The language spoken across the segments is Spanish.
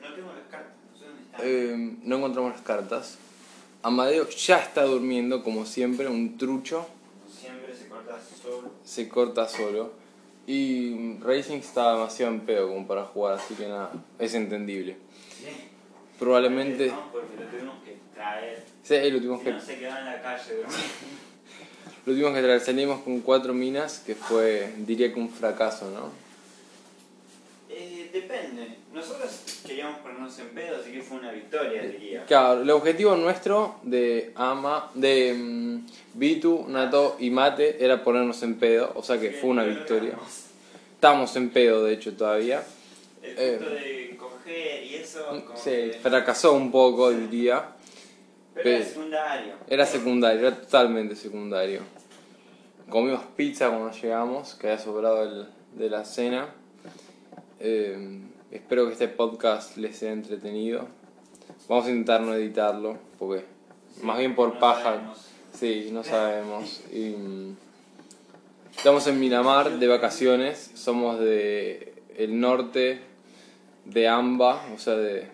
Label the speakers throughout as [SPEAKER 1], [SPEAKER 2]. [SPEAKER 1] tenemos las cartas, no sé dónde están.
[SPEAKER 2] Eh, no encontramos las cartas. Amadeo ya está durmiendo, como siempre, un trucho.
[SPEAKER 1] Como siempre se corta solo.
[SPEAKER 2] Se corta solo. Y Racing está demasiado en pedo como para jugar, así que nada, es entendible. Probablemente...
[SPEAKER 1] No, porque lo tuvimos que traer.
[SPEAKER 2] Sí, lo tuvimos
[SPEAKER 1] Si
[SPEAKER 2] que,
[SPEAKER 1] no se quedaba en la calle, durmiendo.
[SPEAKER 2] lo tuvimos que traer. Salimos con cuatro minas, que fue, diría que un fracaso, ¿no?
[SPEAKER 1] Eh, depende. Nosotros queríamos ponernos en pedo, así que fue una victoria, diría.
[SPEAKER 2] Eh, Claro, el objetivo nuestro de Ama, de mm, Bitu, Nato y Mate era ponernos en pedo, o sea que fue una
[SPEAKER 1] Bien,
[SPEAKER 2] victoria.
[SPEAKER 1] logramos.
[SPEAKER 2] Estamos en pedo, de hecho, todavía.
[SPEAKER 1] El
[SPEAKER 2] Eh,
[SPEAKER 1] punto de coger y eso, como
[SPEAKER 2] Se
[SPEAKER 1] que-
[SPEAKER 2] fracasó Eh. un poco, diría.
[SPEAKER 1] Pero era
[SPEAKER 2] pe-
[SPEAKER 1] secundario.
[SPEAKER 2] Era secundario, era totalmente secundario. Comimos pizza cuando llegamos, que había sobrado del- de la cena. Eh, espero que este podcast les sea entretenido. Vamos a intentar no editarlo, porque Eh, más bien por
[SPEAKER 1] No
[SPEAKER 2] paja.
[SPEAKER 1] sabemos.
[SPEAKER 2] Sí, no sabemos. Y, mm, estamos en Miramar de vacaciones, somos de el norte de Amba, o sea de,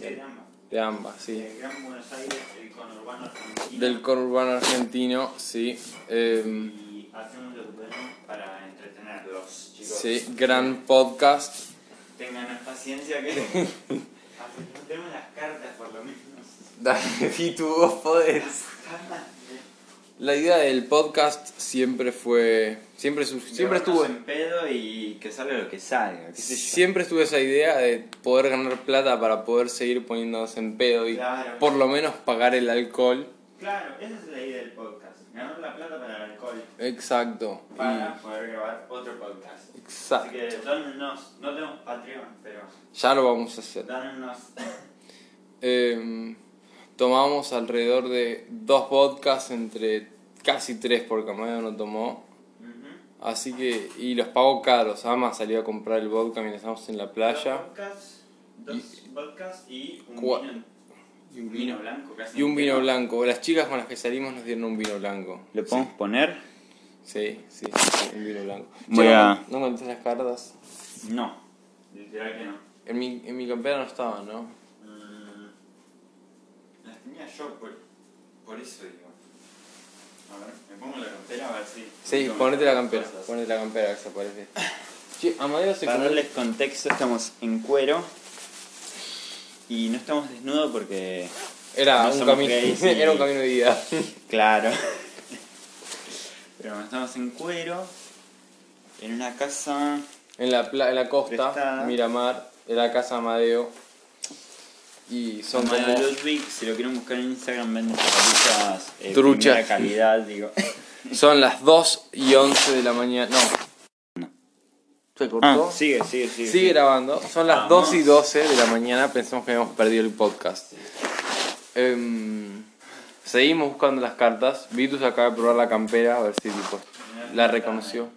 [SPEAKER 1] El gran,
[SPEAKER 2] de Amba, sí.
[SPEAKER 1] el gran Buenos Aires, el conurbano argentino.
[SPEAKER 2] Del conurbano argentino, sí. Em,
[SPEAKER 1] Y hacemos lo que podemos para entretenerlos, chicos.
[SPEAKER 2] sí, gran podcast.
[SPEAKER 1] Tengan paciencia que. Aunque no tenemos las cartas, por lo menos.
[SPEAKER 2] Dale, y tú vos podés. La idea del podcast siempre fue. Siempre, su- siempre estuvo.
[SPEAKER 1] Llevarnos en pedo y que salga lo que salga. qué sé yo.
[SPEAKER 2] Siempre estuve esa idea de poder ganar plata para poder seguir poniéndonos en pedo y
[SPEAKER 1] Claro.
[SPEAKER 2] por lo menos pagar el alcohol.
[SPEAKER 1] Claro, esa es la idea del podcast. Ganar la plata para el alcohol.
[SPEAKER 2] Exacto. y-
[SPEAKER 1] Para poder grabar otro podcast. Así
[SPEAKER 2] exacto.
[SPEAKER 1] que dónnenos. No tenemos Patreon, pero
[SPEAKER 2] Ya lo vamos a hacer.
[SPEAKER 1] dónnenos.
[SPEAKER 2] Em, tomamos alrededor de dos podcasts entre casi tres porque Amado no tomó.
[SPEAKER 1] Ujú.
[SPEAKER 2] Así que, y los pagó caros. Ama salió a comprar el vodka mientras estábamos en la
[SPEAKER 1] Dos
[SPEAKER 2] playa.
[SPEAKER 1] podcasts, dos podcasts y un
[SPEAKER 2] Cua-
[SPEAKER 1] vino,
[SPEAKER 2] Y
[SPEAKER 1] un vino blanco casi.
[SPEAKER 2] Y un vino
[SPEAKER 1] entero.
[SPEAKER 2] blanco. Las chicas con las que salimos nos dieron un vino blanco.
[SPEAKER 1] ¿Lo podemos poner?
[SPEAKER 2] Sí, sí, sí, un vino blanco.
[SPEAKER 1] Voy
[SPEAKER 2] Che,
[SPEAKER 1] a-
[SPEAKER 2] ¿No contaste las cartas?
[SPEAKER 1] No. Literal que no.
[SPEAKER 2] En mi, en mi campera no estaban, ¿no?
[SPEAKER 1] Mm, las tenía yo por, por eso digo. A ver, me pongo la campera a ver si.
[SPEAKER 2] Sí,
[SPEAKER 1] Tengo
[SPEAKER 2] ponete la campera.
[SPEAKER 1] cosas.
[SPEAKER 2] Ponete la campera que se aparece. Che, Amadeo se
[SPEAKER 1] Para
[SPEAKER 2] comió-
[SPEAKER 1] darles contexto, estamos en cuero. Y no estamos desnudos porque.
[SPEAKER 2] Era,
[SPEAKER 1] no
[SPEAKER 2] un
[SPEAKER 1] somos
[SPEAKER 2] camino,
[SPEAKER 1] gays y-
[SPEAKER 2] era un camino de vida.
[SPEAKER 1] Claro. Pero no estamos en cuero. En una casa.
[SPEAKER 2] En la, pla- en la costa,
[SPEAKER 1] Prestada.
[SPEAKER 2] Miramar, era la casa de Amadeo. Y son
[SPEAKER 1] Amadeo
[SPEAKER 2] como...
[SPEAKER 1] Ludwig, si lo quieren buscar en Instagram, vende zapatillas. eh,
[SPEAKER 2] Truchas.
[SPEAKER 1] primera calidad, digo.
[SPEAKER 2] Son las 2 y 11 de la mañana. No. ¿Se cortó?
[SPEAKER 1] Ah, sigue, sigue, sigue.
[SPEAKER 2] Sigue grabando. Son las
[SPEAKER 1] Vamos.
[SPEAKER 2] 2 y 12 de la mañana. Pensamos que habíamos perdido el podcast. Em, seguimos buscando las cartas. Vitus acaba de probar la campera, a ver si tipo, la reconoció.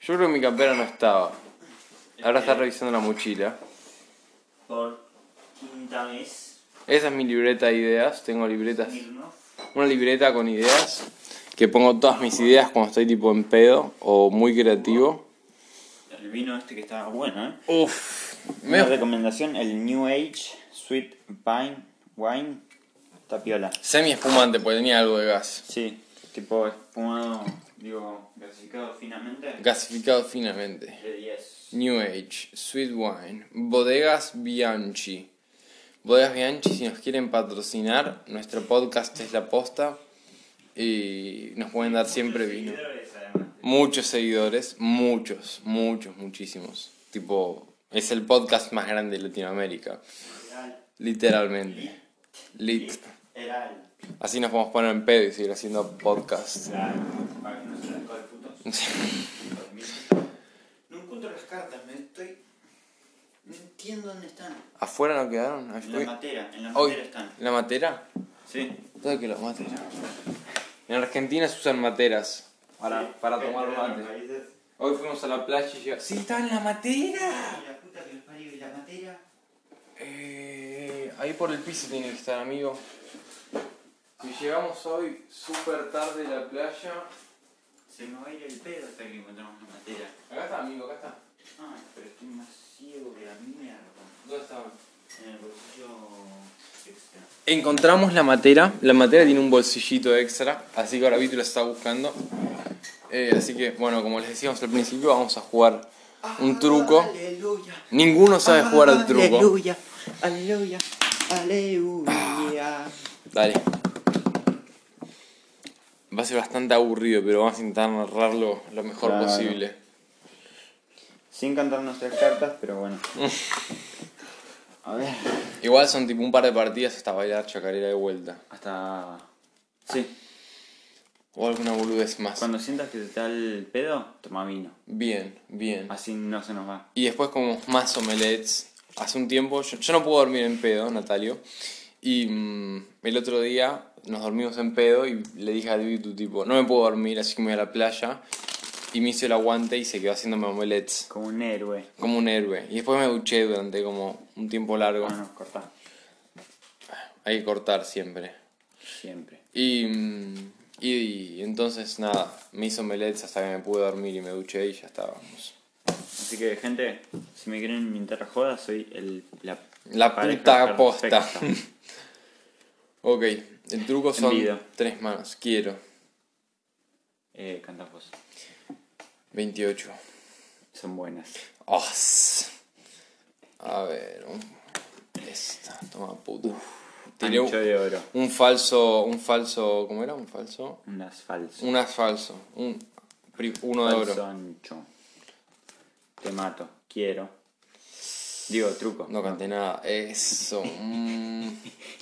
[SPEAKER 2] Yo creo que mi campera no estaba. Ahora está revisando la mochila.
[SPEAKER 1] Por quinta vez,
[SPEAKER 2] Esa es mi libreta de ideas. Tengo libretas.
[SPEAKER 1] Mirno.
[SPEAKER 2] Una libreta con ideas. Que pongo todas mis ideas cuando estoy tipo en pedo o muy creativo.
[SPEAKER 1] El vino este que estaba bueno, ¿eh?
[SPEAKER 2] Uff.
[SPEAKER 1] Una recomendación, el New Age Sweet Pine Wine Tapiola.
[SPEAKER 2] Semi espumante porque tenía algo de gas.
[SPEAKER 1] Sí, tipo espumado, digo, gasificado finamente.
[SPEAKER 2] Gasificado finamente.
[SPEAKER 1] De 10.
[SPEAKER 2] New Age, Sweet Wine, Bodegas Bianchi. Bodegas Bianchi, si nos quieren patrocinar, nuestro podcast es la posta y nos pueden dar siempre vino.
[SPEAKER 1] Seguidores, además.
[SPEAKER 2] Muchos seguidores, muchos, muchos, muchísimos. Tipo, es el podcast más grande de Latinoamérica,
[SPEAKER 1] Literal.
[SPEAKER 2] literalmente. Lit.
[SPEAKER 1] Eral.
[SPEAKER 2] Así nos podemos poner en pedo y seguir haciendo podcast.
[SPEAKER 1] Eral. Para que no se las cobre putos. Hijo de mil. No encuentro las cartas, me estoy... No entiendo dónde están.
[SPEAKER 2] ¿Afuera no quedaron?
[SPEAKER 1] En la matera, en la
[SPEAKER 2] Hoy,
[SPEAKER 1] matera están.
[SPEAKER 2] ¿La matera?
[SPEAKER 1] Sí.
[SPEAKER 2] Todo que la matera. En Argentina se usan
[SPEAKER 1] Sí,
[SPEAKER 2] materas. para
[SPEAKER 1] gente
[SPEAKER 2] tomar
[SPEAKER 1] de otros
[SPEAKER 2] mate.
[SPEAKER 1] países.
[SPEAKER 2] Hoy fuimos a la playa y llegamos. ¡Sí, está en la matera!
[SPEAKER 1] Y La puta que los parió y la matera.
[SPEAKER 2] Eh, ahí por el piso tiene que estar, amigo. Si llegamos hoy súper tarde a la playa.
[SPEAKER 1] Se me va a ir el pedo hasta que encontramos la materia.
[SPEAKER 2] Acá está, amigo, acá está.
[SPEAKER 1] Ay, pero estoy más ciego que la mierda.
[SPEAKER 2] ¿Dónde estaban?
[SPEAKER 3] En el bolsillo extra.
[SPEAKER 2] Encontramos la materia. La materia tiene un bolsillito extra, así que ahora Vito la está buscando. Eh, así que, bueno, como les decíamos al principio, vamos a jugar un truco.
[SPEAKER 3] Aleluya.
[SPEAKER 2] Ninguno sabe jugar al truco.
[SPEAKER 3] Aleluya, aleluya, aleluya.
[SPEAKER 2] Dale. Va a ser bastante aburrido, pero vamos a intentar narrarlo lo mejor
[SPEAKER 1] Claro.
[SPEAKER 2] posible.
[SPEAKER 1] Sin cantar nuestras cartas, pero bueno. A ver.
[SPEAKER 2] Igual son tipo un par de partidas hasta bailar chacarera de vuelta.
[SPEAKER 1] Hasta. Sí.
[SPEAKER 2] O alguna boludez más.
[SPEAKER 1] Cuando sientas que te da el pedo, toma vino.
[SPEAKER 2] Bien, bien.
[SPEAKER 1] Así no se nos va.
[SPEAKER 2] Y después como más omelets. Hace un tiempo, yo, yo no puedo dormir en pedo, Natalio. Y mm, el otro día nos dormimos en pedo y le dije a Vitu tipo, no me puedo dormir, así que me voy a la playa. Y me hizo el aguante y se quedó haciéndome omelets.
[SPEAKER 1] Como un héroe.
[SPEAKER 2] Como un héroe. Y después me duché durante como un tiempo largo.
[SPEAKER 1] Bueno, cortá.
[SPEAKER 2] Hay que cortar siempre.
[SPEAKER 1] Siempre.
[SPEAKER 2] Y, mm, y, y entonces nada, me hizo omelets hasta que me pude dormir y me duché y ya estábamos.
[SPEAKER 1] Así que, gente, si me quieren invitar a jodas, soy el, la,
[SPEAKER 2] La
[SPEAKER 1] pareja
[SPEAKER 2] puta posta.
[SPEAKER 1] perfecta.
[SPEAKER 2] Ok, el truco son
[SPEAKER 1] Envidia.
[SPEAKER 2] tres manos. Quiero.
[SPEAKER 1] Eh, canta vos.
[SPEAKER 2] 28.
[SPEAKER 1] Son buenas.
[SPEAKER 2] Os. A ver. un- Esta, toma puta. Tiré
[SPEAKER 1] Ancho
[SPEAKER 2] un,
[SPEAKER 1] de oro.
[SPEAKER 2] un falso. Un falso. ¿Cómo era? Un falso.
[SPEAKER 1] Unas falsas.
[SPEAKER 2] Un as falso. Un, pri- uno de
[SPEAKER 1] Falso
[SPEAKER 2] oro.
[SPEAKER 1] ancho. Te mato. Quiero. Digo, truco.
[SPEAKER 2] No canté nada. Eso. mm.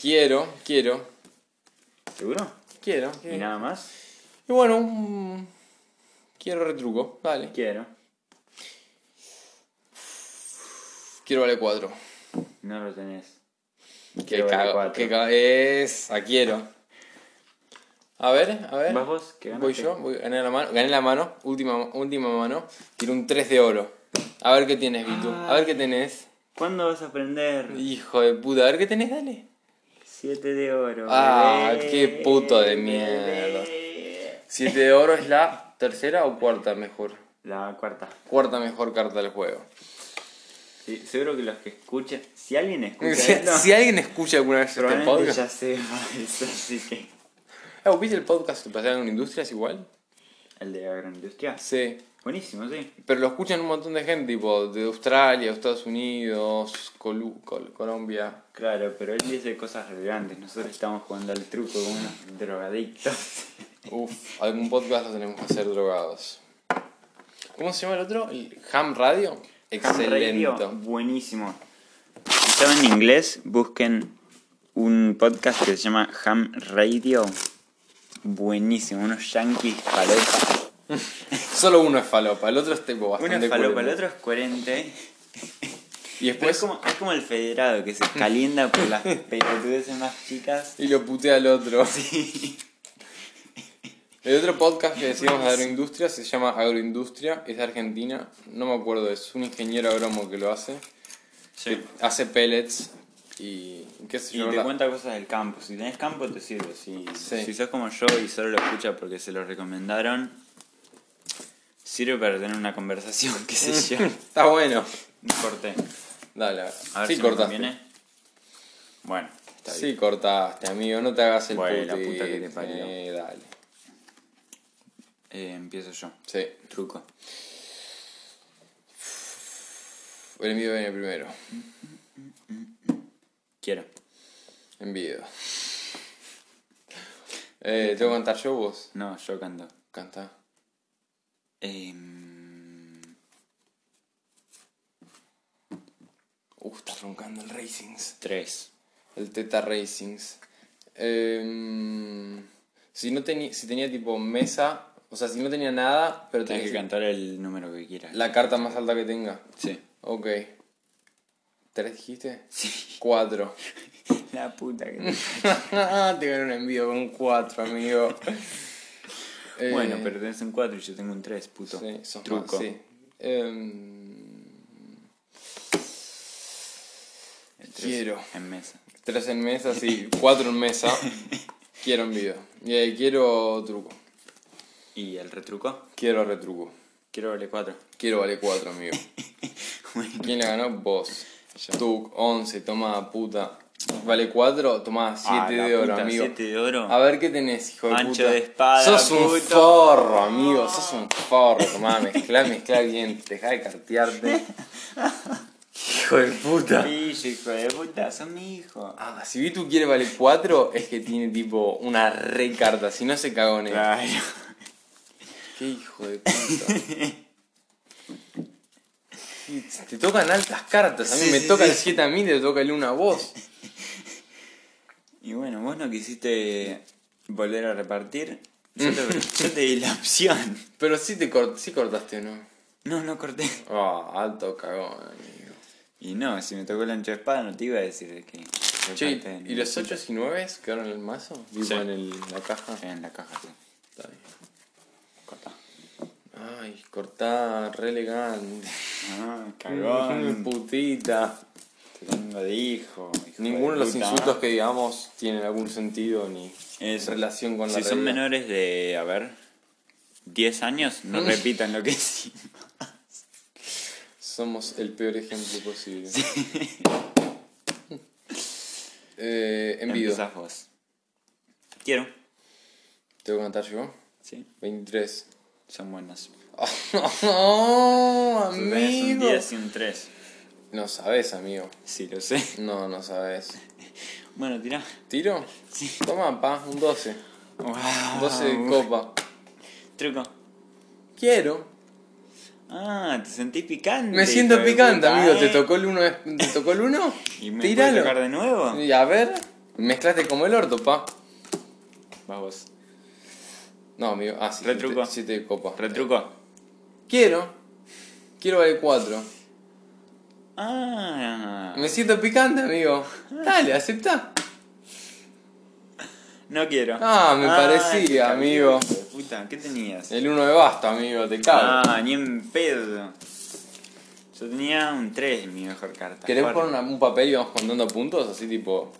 [SPEAKER 2] quiero, quiero.
[SPEAKER 1] ¿Seguro?
[SPEAKER 2] Quiero.
[SPEAKER 1] Y
[SPEAKER 2] quiero.
[SPEAKER 1] nada más.
[SPEAKER 2] Y bueno, un- quiero retruco. Dale.
[SPEAKER 1] Quiero.
[SPEAKER 2] Quiero vale 4.
[SPEAKER 1] No lo tenés.
[SPEAKER 2] Que
[SPEAKER 1] Quiero vale
[SPEAKER 2] cago,
[SPEAKER 1] cuatro.
[SPEAKER 2] que cago. Esa, quiero. A ver, a ver.
[SPEAKER 1] ¿Vas vos? ¿Qué
[SPEAKER 2] Eh, Voy
[SPEAKER 1] ganaste?
[SPEAKER 2] yo, voy, gané la mano, gané la mano, última, última mano, tiro un 3 de oro. A ver qué tienes, Vitu. A ver qué tenés.
[SPEAKER 1] ¿Cuándo vas a aprender?
[SPEAKER 2] Hijo de puta, a ver qué tenés, dale.
[SPEAKER 1] 7 de oro.
[SPEAKER 2] Ah,
[SPEAKER 1] bebé,
[SPEAKER 2] qué puto de
[SPEAKER 1] bebé.
[SPEAKER 2] mierda. 7 de oro es la tercera o cuarta mejor.
[SPEAKER 1] La cuarta.
[SPEAKER 2] Cuarta mejor carta del juego.
[SPEAKER 1] Sí, seguro que los que escuchan. Si alguien escucha
[SPEAKER 2] Si,
[SPEAKER 1] esto,
[SPEAKER 2] si alguien escucha alguna vez este
[SPEAKER 1] probablemente
[SPEAKER 2] podcast.
[SPEAKER 1] ya sepa eso. Así que.
[SPEAKER 2] Ah, ¿Viste el podcast que pasaron en Industrias igual?
[SPEAKER 1] El de agroindustria.
[SPEAKER 2] Sí.
[SPEAKER 1] Buenísimo, sí.
[SPEAKER 2] Pero lo escuchan un montón de gente, tipo de Australia, Estados Unidos, Colu- Col- Colombia.
[SPEAKER 1] Claro, pero él dice cosas relevantes. Nosotros estamos jugando al truco como unos drogadictos.
[SPEAKER 2] Uf, algún podcast lo tenemos que hacer drogados. ¿Cómo se llama el otro? ¿El Ham Radio? Excelente.
[SPEAKER 1] Radio, buenísimo. Si saben inglés, busquen un podcast que se llama Ham Radio. Buenísimo, unos yankees falopa.
[SPEAKER 2] Solo uno es falopa, el otro es tipo bastante
[SPEAKER 1] Uno es falopa, el
[SPEAKER 2] coherente.
[SPEAKER 1] otro es coherente.
[SPEAKER 2] Y
[SPEAKER 1] Pero es
[SPEAKER 2] después
[SPEAKER 1] como, es como el federado que se calienta por las pelotudeces más chicas.
[SPEAKER 2] y lo putea al otro. El otro podcast que decíamos de agroindustria se llama Agroindustria, es de Argentina, no me acuerdo, es un ingeniero agromo que lo hace,
[SPEAKER 1] Sí.
[SPEAKER 2] hace pellets y qué sé
[SPEAKER 1] Y
[SPEAKER 2] yo.
[SPEAKER 1] te
[SPEAKER 2] la-
[SPEAKER 1] cuenta cosas del campo. Si tenés campo, te sirve. Si,
[SPEAKER 2] Sí.
[SPEAKER 1] si sos como yo y solo lo escuchas porque se lo recomendaron, sirve para tener una conversación, qué sé yo.
[SPEAKER 2] Está bueno.
[SPEAKER 1] Un corte.
[SPEAKER 2] Dale, a ver.
[SPEAKER 1] A ver
[SPEAKER 2] sí
[SPEAKER 1] si me
[SPEAKER 2] cortaste.
[SPEAKER 1] conviene. Bueno, está bien.
[SPEAKER 2] Sí cortaste, amigo, no te hagas el
[SPEAKER 1] Bueno, la
[SPEAKER 2] puti.
[SPEAKER 1] puta que te parió.
[SPEAKER 2] Eh, dale.
[SPEAKER 1] Eh, empiezo yo.
[SPEAKER 2] Sí,
[SPEAKER 1] Truco.
[SPEAKER 2] el envío viene primero.
[SPEAKER 1] Quiero.
[SPEAKER 2] Envío. Eh, ¿Tengo que cantar yo o vos?
[SPEAKER 1] No, yo canto.
[SPEAKER 2] Canta.
[SPEAKER 1] Em,
[SPEAKER 2] Uh, está roncando el Racings.
[SPEAKER 1] tres.
[SPEAKER 2] El Teta Racings. Em, si no tenía, si tenía tipo mesa, o sea, si no tenía nada, pero
[SPEAKER 1] Tienes
[SPEAKER 2] tenés
[SPEAKER 1] que cantar el número que quieras.
[SPEAKER 2] la carta más alta que tenga.
[SPEAKER 1] Sí.
[SPEAKER 2] Ok. ¿Tres dijiste?
[SPEAKER 1] Sí.
[SPEAKER 2] Cuatro.
[SPEAKER 1] La puta que.
[SPEAKER 2] Ah, te gané un envío con cuatro, amigo. Eh,
[SPEAKER 1] bueno, pero tenés un 4 y yo tengo un 3, puto.
[SPEAKER 2] Sí, sos
[SPEAKER 1] Truco.
[SPEAKER 2] más, sí. Em,
[SPEAKER 1] El tres
[SPEAKER 2] Quiero.
[SPEAKER 1] En mesa.
[SPEAKER 2] tres en mesa, sí. Cuatro en mesa. quiero envío. Eh, quiero truco.
[SPEAKER 1] ¿Y el retruco?
[SPEAKER 2] Quiero retruco.
[SPEAKER 1] Quiero verle 4.
[SPEAKER 2] Quiero vale cuatro, amigo. ¿Quién la ganó? Vos. Tuk, 11, toma puta. Vale 4, toma 7
[SPEAKER 1] Ah, la
[SPEAKER 2] de oro,
[SPEAKER 1] puta,
[SPEAKER 2] amigo.
[SPEAKER 1] siete de oro.
[SPEAKER 2] A ver qué tenés, hijo de
[SPEAKER 1] Ancho
[SPEAKER 2] puta.
[SPEAKER 1] de espada,
[SPEAKER 2] Sos un
[SPEAKER 1] puto.
[SPEAKER 2] forro, amigo. Sos un forro, tomá, mezclá, mezclá bien. Dejá de cartearte. hijo de puta.
[SPEAKER 1] Ah, Pillo, hijo de puta, son mi hijo.
[SPEAKER 2] Ah, si Vitu quiere vale 4, es que tiene tipo una re carta. Si no se cagone.
[SPEAKER 1] Claro.
[SPEAKER 2] Qué hijo de puta. Sí, Te tocan altas cartas, a mí
[SPEAKER 1] Sí,
[SPEAKER 2] me
[SPEAKER 1] sí,
[SPEAKER 2] toca
[SPEAKER 1] sí.
[SPEAKER 2] el 7 a mí, te toca el 1 a vos.
[SPEAKER 1] Y bueno, vos no quisiste volver a repartir. Yo te, yo te di la opción.
[SPEAKER 2] Pero sí te cort- sí cortaste o no.
[SPEAKER 1] No, no corté.
[SPEAKER 2] Ah, alto cagón, amigo.
[SPEAKER 1] Y no, si me tocó el ancho de espada no te iba a decir que.
[SPEAKER 2] Che,
[SPEAKER 1] reparten.
[SPEAKER 2] ¿y los 8 y 9 quedaron en el mazo? Digo,
[SPEAKER 1] Sí.
[SPEAKER 2] en el- la caja.
[SPEAKER 1] Sí, en la caja, sí.
[SPEAKER 2] Está bien.
[SPEAKER 1] Corta.
[SPEAKER 2] Ay, cortá, re elegante.
[SPEAKER 1] Ah, cagón.
[SPEAKER 2] Putita.
[SPEAKER 1] Te tengo de hijo. hijo
[SPEAKER 2] Ninguno de los
[SPEAKER 1] puta.
[SPEAKER 2] insultos que digamos tienen algún sentido ni
[SPEAKER 1] Eso.
[SPEAKER 2] relación con la
[SPEAKER 1] Si son
[SPEAKER 2] realidad.
[SPEAKER 1] menores de, a ver, 10 años, no
[SPEAKER 2] Mm.
[SPEAKER 1] repitan lo que sí.
[SPEAKER 2] Somos el peor ejemplo posible. eh, envido.
[SPEAKER 1] Empezás vos. Quiero.
[SPEAKER 2] ¿Tengo que cantar yo?
[SPEAKER 1] Sí,
[SPEAKER 2] 23.
[SPEAKER 1] son buenos. Tú
[SPEAKER 2] ¡No,
[SPEAKER 1] tenés un
[SPEAKER 2] amigo!
[SPEAKER 1] 10 y un 3.
[SPEAKER 2] No sabes, amigo.
[SPEAKER 1] Sí, lo sé.
[SPEAKER 2] No, no sabes.
[SPEAKER 1] Bueno, tirá.
[SPEAKER 2] ¿Tiro? Toma, pa, un 12.
[SPEAKER 1] Wow.
[SPEAKER 2] 12 de copa.
[SPEAKER 1] eh, Truco.
[SPEAKER 2] Quiero.
[SPEAKER 1] Ah, te sentís picante.
[SPEAKER 2] Me siento
[SPEAKER 1] hijo de
[SPEAKER 2] picante,
[SPEAKER 1] puta,
[SPEAKER 2] amigo. ¿Te
[SPEAKER 1] eh.
[SPEAKER 2] tocó el uno? de- ¿Te tocó el uno?
[SPEAKER 1] ¿Y me puede
[SPEAKER 2] Tíralo.
[SPEAKER 1] tocar de nuevo?
[SPEAKER 2] Y a ver, mezclaste como el orto, pa.
[SPEAKER 1] Vas vos.
[SPEAKER 2] No, amigo. Ah, sí.
[SPEAKER 1] Retruco.
[SPEAKER 2] 7 de copa.
[SPEAKER 1] Retruco.
[SPEAKER 2] Quiero. Quiero vale 4.
[SPEAKER 1] Ah.
[SPEAKER 2] Me siento picante, amigo. Dale, aceptá.
[SPEAKER 1] No quiero.
[SPEAKER 2] Ah, me parecía,
[SPEAKER 1] cabrón,
[SPEAKER 2] amigo.
[SPEAKER 1] hijo de Puta, ¿qué tenías?
[SPEAKER 2] El 1 de basta, amigo, te cago.
[SPEAKER 1] Ah, ni en pedo. Yo tenía un 3, mi mejor carta.
[SPEAKER 2] ¿Querés
[SPEAKER 1] Cuatro.
[SPEAKER 2] poner una- un papel y vamos contando puntos? Así tipo,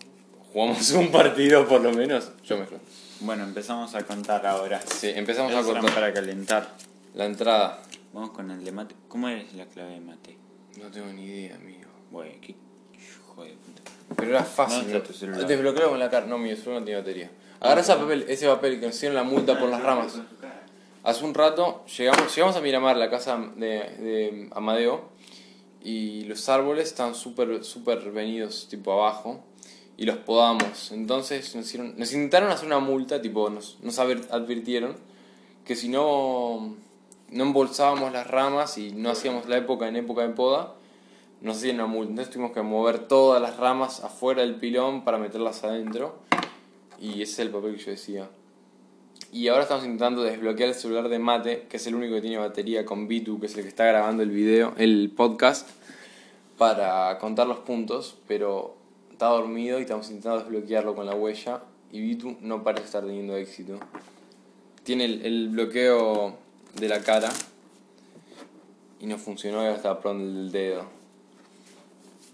[SPEAKER 2] jugamos un partido por lo menos. Yo mezclo.
[SPEAKER 1] Bueno, empezamos a contar ahora.
[SPEAKER 2] Sí, empezamos a
[SPEAKER 1] Esos eran
[SPEAKER 2] cortar
[SPEAKER 1] para calentar.
[SPEAKER 2] la entrada.
[SPEAKER 1] Vamos con el de mate. ¿Cómo es la clave de mate?
[SPEAKER 2] No tengo ni idea, amigo.
[SPEAKER 1] Bueno, qué hijo de puta.
[SPEAKER 2] Pero era fácil.
[SPEAKER 1] Muestra tu celular.
[SPEAKER 2] Desbloqueo con la cara. No, mi celular no tiene batería. Agarra ese papel, ese papel que nos hicieron la multa por las ramas. Hace un rato llegamos, llegamos a Miramar, la casa de, de Amadeo, y los árboles están súper super venidos tipo abajo, y los podamos. Entonces nos, hicieron- nos intentaron hacer una multa, tipo nos, nos adver- advirtieron que si no, no embolsábamos las ramas y no hacíamos la época en época de poda, nos hacían una multa. Entonces tuvimos que mover todas las ramas afuera del pilón para meterlas adentro, y ese es el papel que yo decía. Y ahora estamos intentando desbloquear el celular de Mate, que es el único que tiene batería con Bitu, que es el que está grabando el video, el podcast, para contar los puntos, pero está dormido y estamos intentando desbloquearlo con la huella y Bitu no parece estar teniendo éxito. Tiene el, el bloqueo de la cara y no funcionó y ahora está pronto el del dedo.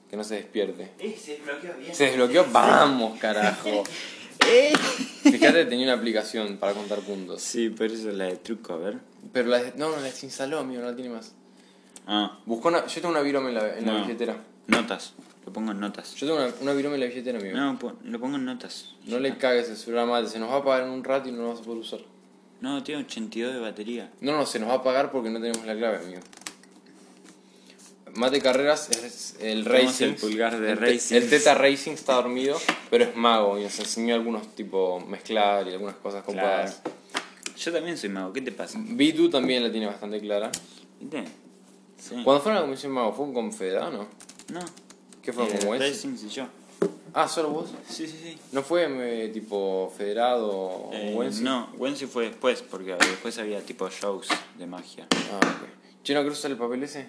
[SPEAKER 2] Que no se despierte.
[SPEAKER 3] Eh, se desbloqueó bien.
[SPEAKER 2] Se desbloqueó, vamos carajo.
[SPEAKER 1] ¡Eh!
[SPEAKER 2] Fíjate, tenía una aplicación para contar puntos.
[SPEAKER 1] Sí, pero eso es la de truco, a ver.
[SPEAKER 2] Pero la des- no, no, la desinstaló, amigo, no la tiene más.
[SPEAKER 1] Ah,
[SPEAKER 2] Buscó una, yo tengo una virome en la, en la
[SPEAKER 1] No.
[SPEAKER 2] billetera.
[SPEAKER 1] notas. Lo pongo en notas.
[SPEAKER 2] Yo tengo una, una virome en la billetera, amigo. No,
[SPEAKER 1] No, po- lo pongo en notas.
[SPEAKER 2] le cagues el celular mate, se nos va a pagar en un rato y no lo vas a poder usar.
[SPEAKER 1] No, tiene 82 de batería.
[SPEAKER 2] No, no, se nos va a pagar porque no tenemos la clave, amigo. Mate Carreras es el
[SPEAKER 1] Tenemos
[SPEAKER 2] Racing.
[SPEAKER 1] el pulgar de
[SPEAKER 2] el te-
[SPEAKER 1] Racing.
[SPEAKER 2] El Teta Racing está dormido, pero es mago y nos enseñó algunos tipo mezclar y algunas cosas copadas.
[SPEAKER 1] Claro. Yo también soy mago, ¿qué te pasa?
[SPEAKER 2] Bitu también la tiene bastante clara.
[SPEAKER 1] ¿Viste? Sí.
[SPEAKER 2] Cuando fue a la comisión mago, ¿fue un confederado no?
[SPEAKER 1] No.
[SPEAKER 2] ¿Qué fue
[SPEAKER 1] Eh,
[SPEAKER 2] como
[SPEAKER 1] Racing
[SPEAKER 2] ese?
[SPEAKER 1] y yo.
[SPEAKER 2] Ah, solo vos.
[SPEAKER 1] Sí, sí, sí.
[SPEAKER 2] ¿No fue eh, tipo federado o
[SPEAKER 1] Eh,
[SPEAKER 2] Wensi?
[SPEAKER 1] No, Wensi fue después, porque después había tipo shows de magia.
[SPEAKER 2] Ah, ok. Che, no quiero usar el papel ese.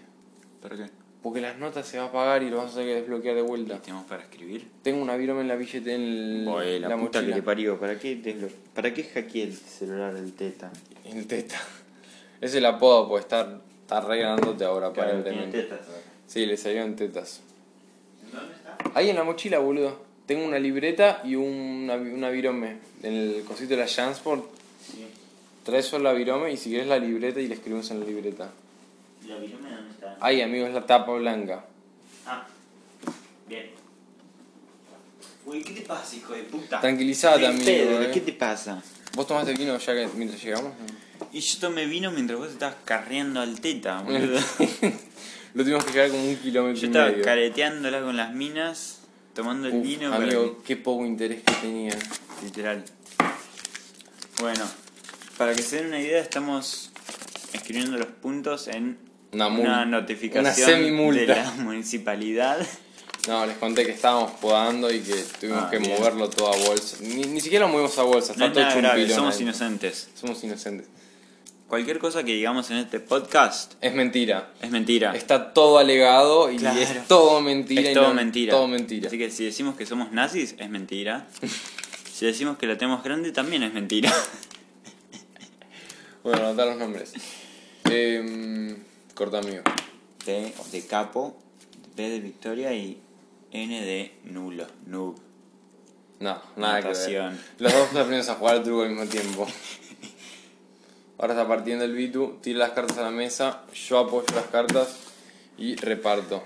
[SPEAKER 1] ¿Pero qué?
[SPEAKER 2] Porque las notas se va a pagar y lo vas a tener que desbloquear de vuelta.
[SPEAKER 1] ¿Tenemos para escribir?
[SPEAKER 2] Tengo una virome en la billete en el-
[SPEAKER 1] Oye, la,
[SPEAKER 2] la
[SPEAKER 1] puta que
[SPEAKER 2] mochila.
[SPEAKER 1] te parió, ¿para qué, desblo- ¿para qué hackeé el celular del teta?
[SPEAKER 2] El teta. Es el apodo, pues está, está re grandote ahora,
[SPEAKER 1] Claro, tiene
[SPEAKER 2] aparentemente.
[SPEAKER 1] tetas.
[SPEAKER 2] Sí, le salieron tetas.
[SPEAKER 3] ¿Dónde está?
[SPEAKER 2] Ahí en la mochila, boludo. Tengo una libreta y una, una virome. En el cosito de la Jansport.
[SPEAKER 3] Sí.
[SPEAKER 2] Traes solo la virome y si quieres la libreta y la escribimos en la libreta.
[SPEAKER 3] ¿La virome dónde está?
[SPEAKER 2] Ahí, amigo, es la tapa blanca.
[SPEAKER 3] Ah. Bien. Uy, ¿qué te pasa, hijo de puta?
[SPEAKER 2] Tranquilizate, amigo.
[SPEAKER 1] Pedro,
[SPEAKER 2] eh.
[SPEAKER 1] ¿qué te pasa?
[SPEAKER 2] ¿Vos tomaste vino ya que mientras llegamos?
[SPEAKER 1] Y yo tomé vino mientras vos estabas carreando al teta, boludo.
[SPEAKER 2] Lo tuvimos que llevar como un kilómetro
[SPEAKER 1] Yo
[SPEAKER 2] y
[SPEAKER 1] estaba
[SPEAKER 2] medio.
[SPEAKER 1] careteándola con las minas, tomando el
[SPEAKER 2] Uf,
[SPEAKER 1] vino, para
[SPEAKER 2] amigo, qué poco interés que tenía.
[SPEAKER 1] que- literal. Bueno, para que se den una idea, estamos escribiendo los puntos en
[SPEAKER 2] Una, mul-
[SPEAKER 1] una notificación
[SPEAKER 2] Una semimulta.
[SPEAKER 1] de la municipalidad.
[SPEAKER 2] No, les conté que estábamos podando y que tuvimos
[SPEAKER 1] Ah,
[SPEAKER 2] que
[SPEAKER 1] bien.
[SPEAKER 2] moverlo todo a bolsa. Ni, ni siquiera lo movimos a bolsa,
[SPEAKER 1] No
[SPEAKER 2] está
[SPEAKER 1] es
[SPEAKER 2] todo
[SPEAKER 1] nada
[SPEAKER 2] hecho un
[SPEAKER 1] grave,
[SPEAKER 2] pilón
[SPEAKER 1] somos
[SPEAKER 2] adentro.
[SPEAKER 1] inocentes.
[SPEAKER 2] Somos inocentes.
[SPEAKER 1] Cualquier cosa que digamos en este podcast
[SPEAKER 2] Es mentira.
[SPEAKER 1] es mentira.
[SPEAKER 2] Está todo alegado y
[SPEAKER 1] Claro.
[SPEAKER 2] es todo mentira.
[SPEAKER 1] Es
[SPEAKER 2] y
[SPEAKER 1] todo
[SPEAKER 2] no-
[SPEAKER 1] mentira.
[SPEAKER 2] Todo mentira.
[SPEAKER 1] Así que si decimos que somos nazis, es mentira. si decimos que lo tenemos grande, también es mentira.
[SPEAKER 2] Bueno, anotar los nombres. Eh, corta amigo.
[SPEAKER 1] T de capo, B de victoria y N de nulo, noob.
[SPEAKER 2] No, nada
[SPEAKER 1] Natación.
[SPEAKER 2] que ver. Los dos aprendimos a jugar al truco al mismo tiempo. Ahora está partiendo el Bitu, tira las cartas a la mesa, yo apoyo las cartas y reparto.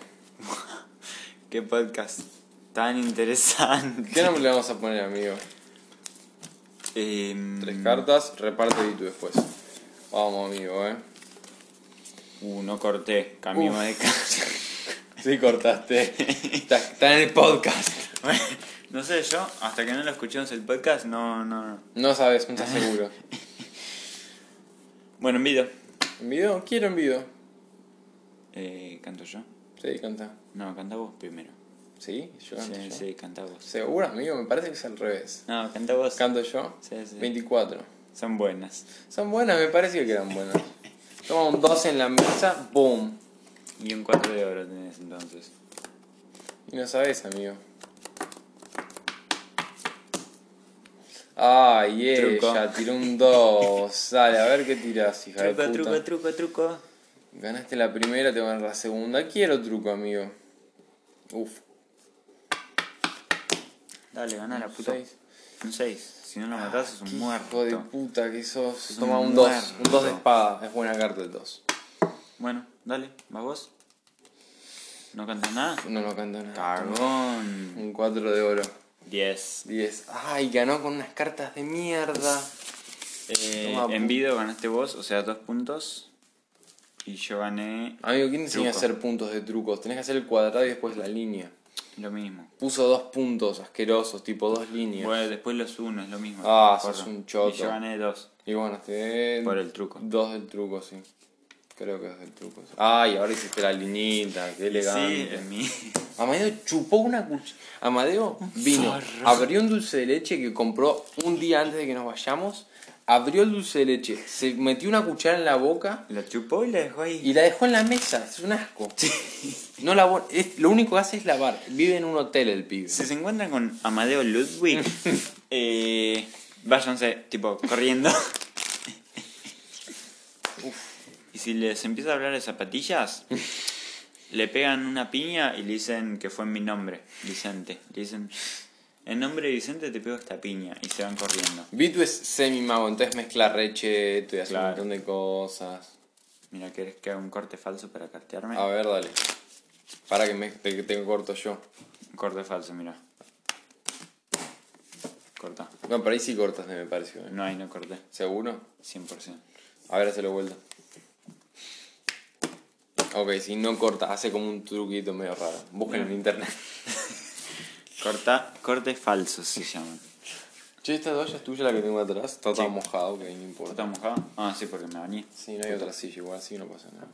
[SPEAKER 1] Qué podcast tan interesante.
[SPEAKER 2] ¿Qué nombre le vamos a poner, amigo?
[SPEAKER 1] Em,
[SPEAKER 2] Tres cartas, reparto Bitu después. Vamos, amigo, eh.
[SPEAKER 1] Uh, no corté, cambiamos de casa.
[SPEAKER 2] Sí, cortaste. está, está en el podcast.
[SPEAKER 1] Bueno, no sé, yo, hasta que no lo escuchemos el podcast, no, no, no.
[SPEAKER 2] No sabes, no estás seguro.
[SPEAKER 1] Bueno, envido.
[SPEAKER 2] ¿Envido? Quiero envido.
[SPEAKER 1] Eh, ¿Canto yo?
[SPEAKER 2] Sí, canta.
[SPEAKER 1] No, canta vos primero.
[SPEAKER 2] ¿Sí? Yo canto.
[SPEAKER 1] Sí,
[SPEAKER 2] yo.
[SPEAKER 1] sí, canta vos.
[SPEAKER 2] ¿Seguro, amigo? Me parece que es al revés.
[SPEAKER 1] No, canta vos.
[SPEAKER 2] Canto yo.
[SPEAKER 1] Sí, sí.
[SPEAKER 2] 24.
[SPEAKER 1] Son buenas.
[SPEAKER 2] Son buenas, me pareció que eran buenas. Toma un 2 en la mesa, boom.
[SPEAKER 1] Y un 4 de oro tenés entonces.
[SPEAKER 2] Y no sabes, amigo. Ay,
[SPEAKER 1] Truco.
[SPEAKER 2] ella tiró un 2. Sale, a ver qué tiras, hija de
[SPEAKER 1] Truco, truco,
[SPEAKER 2] puta.
[SPEAKER 1] truco, truco.
[SPEAKER 2] Ganaste la primera, te van a ganar la segunda. Quiero truco, amigo. Uf,
[SPEAKER 1] Dale, gana la puta.
[SPEAKER 2] 6.
[SPEAKER 1] Un 6. Si no lo matás es un muerto.
[SPEAKER 2] Ah, Hijo de puta que sos.
[SPEAKER 1] un
[SPEAKER 2] Toma un 2. Un 2 de
[SPEAKER 1] muerto.
[SPEAKER 2] espada. Es buena carta el 2.
[SPEAKER 1] Bueno, dale, ¿vas vos? ¿No cantas nada?
[SPEAKER 2] No lo canto nada.
[SPEAKER 1] Cagón.
[SPEAKER 2] Un 4 de oro.
[SPEAKER 1] 10.
[SPEAKER 2] 10. Ay, ganó con unas cartas de mierda.
[SPEAKER 1] Eh,
[SPEAKER 2] Toma,
[SPEAKER 1] en
[SPEAKER 2] pu-
[SPEAKER 1] video ganaste vos, o sea, dos puntos. Y yo gané
[SPEAKER 2] Amigo, ¿quién te enseña a
[SPEAKER 1] Truco.
[SPEAKER 2] hacer puntos de trucos? Tenés que hacer el cuadrado y después la línea.
[SPEAKER 1] lo mismo.
[SPEAKER 2] Puso dos puntos asquerosos, tipo dos líneas.
[SPEAKER 1] Bueno, después los uno, es lo mismo.
[SPEAKER 2] Ah,
[SPEAKER 1] Corro.
[SPEAKER 2] sos un choto.
[SPEAKER 1] Y yo gané dos.
[SPEAKER 2] Y bueno, te
[SPEAKER 1] Por el truco.
[SPEAKER 2] Dos del truco, sí. Creo que dos del truco. sí. Ay, ahora hiciste la linita, qué
[SPEAKER 1] Sí,
[SPEAKER 2] elegante.
[SPEAKER 1] en mí.
[SPEAKER 2] Amadeo chupó una cuchara. Amadeo vino, abrió un dulce de leche que compró un día antes de que nos vayamos. Abrió el dulce de leche, se metió una cuchara en la boca.
[SPEAKER 1] La chupó y la dejó ahí.
[SPEAKER 2] Y la dejó en la mesa, es un asco. No lavo- es- lo único que hace es lavar. Vive en un hotel el pibe.
[SPEAKER 1] Si se encuentran con Amadeo Ludwig, eh, váyanse, tipo, corriendo. Y si les empieza a hablar de zapatillas, le pegan una piña y le dicen que fue en mi nombre, Vicente. Le dicen, en nombre de Vicente te pego esta piña y se van corriendo.
[SPEAKER 2] Bitu es semi-mago, entonces mezcla recheto y hace
[SPEAKER 1] Claro.
[SPEAKER 2] un montón de cosas.
[SPEAKER 1] Mira, ¿querés que haga un corte falso para cartearme?
[SPEAKER 2] A ver, dale. Para que me te, que te corto yo.
[SPEAKER 1] Un corte falso, mira. Corta.
[SPEAKER 2] No, pero ahí sí cortas, me pareció. ¿eh?
[SPEAKER 1] No, ahí no corté.
[SPEAKER 2] ¿Seguro?
[SPEAKER 1] 100%.
[SPEAKER 2] A ver, hazlo vuelta. Ok, si no corta, hace como un truquito medio raro. Busquen en internet.
[SPEAKER 1] Corta, cortes falsos se llaman.
[SPEAKER 2] Che, esta toalla es tuya la que tengo atrás. Está
[SPEAKER 1] Sí.
[SPEAKER 2] tan mojado que no importa.
[SPEAKER 1] ¿Está mojado? Ah, sí, porque me bañé.
[SPEAKER 2] Sí, no hay otra silla, igual así no pasa nada.